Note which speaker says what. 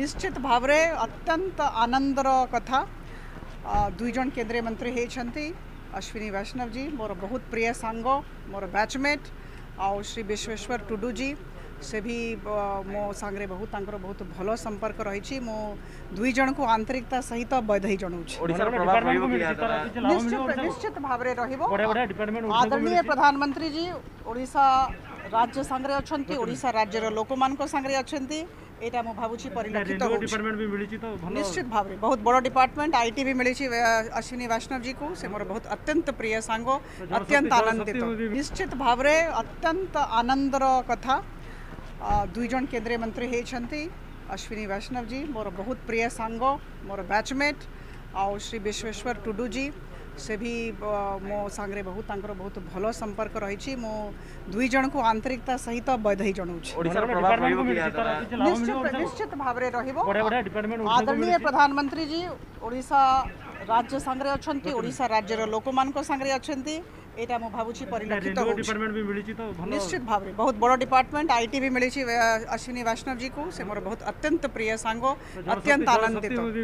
Speaker 1: ନିଶ୍ଚିତ ଭାବରେ ଅତ୍ୟନ୍ତ ଆନନ୍ଦର କଥା ଆ, ଦୁଇ ଜଣ କେନ୍ଦ୍ରୀୟ ମନ୍ତ୍ରୀ ହେଇଛନ୍ତି ଅଶ୍ୱିନୀ ବୈଷ୍ଣବ ଜୀ ମୋର ବହୁତ ପ୍ରିୟ ସାଙ୍ଗ ମୋର ବ୍ୟାଚମେଟ୍ ଆଉ ଶ୍ରୀ ବିଶ୍ୱେଶ୍ୱର ଟୁଡୁ ଜୀ ସେ ବି ବ, ମୋ ସାଙ୍ଗରେ ବହୁତ ତାଙ୍କର ବହୁତ ଭଲ ସମ୍ପର୍କ ରହିଛି ମୁଁ ଦୁଇ ଜଣଙ୍କୁ ଆନ୍ତରିକତା ସହିତ ବଧାଇ ଜଣାଉଛି
Speaker 2: ଓଡ଼ିଶାର
Speaker 3: ବଡ଼ ବଡ଼
Speaker 2: ପ୍ରଭାବ
Speaker 3: department
Speaker 2: ରହିବ
Speaker 3: କୁ
Speaker 2: କି ଏହା
Speaker 3: ମିଳିଛି ତାର
Speaker 2: ଦ୍ୱାରା?
Speaker 3: କିଛି ଲାଭ ମିଳିବ
Speaker 1: ନିଶ୍ଚିତ
Speaker 3: ଓଡ଼ିଶାକୁ?
Speaker 1: ନିଶ୍ଚିତ ଭାବରେ ରହିବ
Speaker 3: ବଢ଼ିଆ ବଢ଼ିଆ तो department ଓଡ଼ିଶାକୁ
Speaker 1: ଆଦରଣୀୟ
Speaker 3: ମିଳିଛି।
Speaker 1: ପ୍ରଧାନମନ୍ତ୍ରୀ ଜୀ ଓଡ଼ିଶା ରାଜ୍ୟ ସାଙ୍ଗରେ ଅଛନ୍ତି ଓଡ଼ିଶା ରାଜ୍ୟର ଲୋକମାନଙ୍କ ସାଙ୍ଗରେ ଅଛନ୍ତି ଏଇଟା ମୁଁ ଭାବୁଛି ପରିଲକ୍ଷିତ
Speaker 3: ରେଲୱେ
Speaker 1: ହେଉଛି
Speaker 3: department ବି ମିଳିଛି ତ ଭଲ
Speaker 1: निश्चित भाव बहुत बड़ो डिपार्टमेंट आईटी भी मिली छी, अ, अश्विनी वैष्णव जी को से मोर बहुत अत्यंत प्रिय सांग अत्यंत
Speaker 3: जलशक्ति
Speaker 1: आनंदित
Speaker 3: मंत्री भी-
Speaker 1: निश्चित भाव अत्यंत आनंदर कथा अ, दुई जन केंद्रीय मंत्री होती अश्विनी वैष्णव जी मोर बहुत प्रिय सांग मोर बैचमेट आउ श्री विश्वेश्वर टुडू जी से भी अ, मो सांगरे बहुत तांकर बहुत भल संपर्क रही मु दुई जन को आंतरिकता सहित बधाई जनाऊँ
Speaker 2: ଓଡ଼ିଶାର
Speaker 3: ବଡ଼
Speaker 2: ପ୍ରଭାବ
Speaker 3: ବଡ଼ department
Speaker 2: ରହିବ
Speaker 3: କୁ
Speaker 2: କି ଏହା
Speaker 3: ମିଳିଛି ତାର
Speaker 2: ଦ୍ୱାରା?
Speaker 3: କିଛି ଲାଭ ମିଳିବ
Speaker 1: निश्चित
Speaker 3: ଓଡ଼ିଶାକୁ?
Speaker 1: निश्चित भाव
Speaker 3: ବଢ଼ିଆ
Speaker 1: रही
Speaker 3: ବଢ଼ିଆ department ଓଡ଼ିଶାକୁ
Speaker 1: आदरणीय
Speaker 3: ମିଳିଛି।
Speaker 1: प्रधानमंत्री जी ओडिशा राज्य संगरे अछंती ओडिशा राज्यर लोकमानक संगरे अछंती एटा मु भाबुची परिलक्षित
Speaker 3: ରେଲୱେ
Speaker 1: होउଛି
Speaker 3: department ବି ମିଳିଛି ତ ଭଲ
Speaker 1: निश्चित भाव बहुत बड़ो डिपार्टमेंट आईटी भी मिली छी, अ, अश्विनी वैष्णव जी को से मोर बहुत अत्यंत प्रिय सांगो अत्यंत
Speaker 3: ଜଳଶକ୍ତି-
Speaker 1: आनंदित
Speaker 3: ଜଳଶକ୍ତି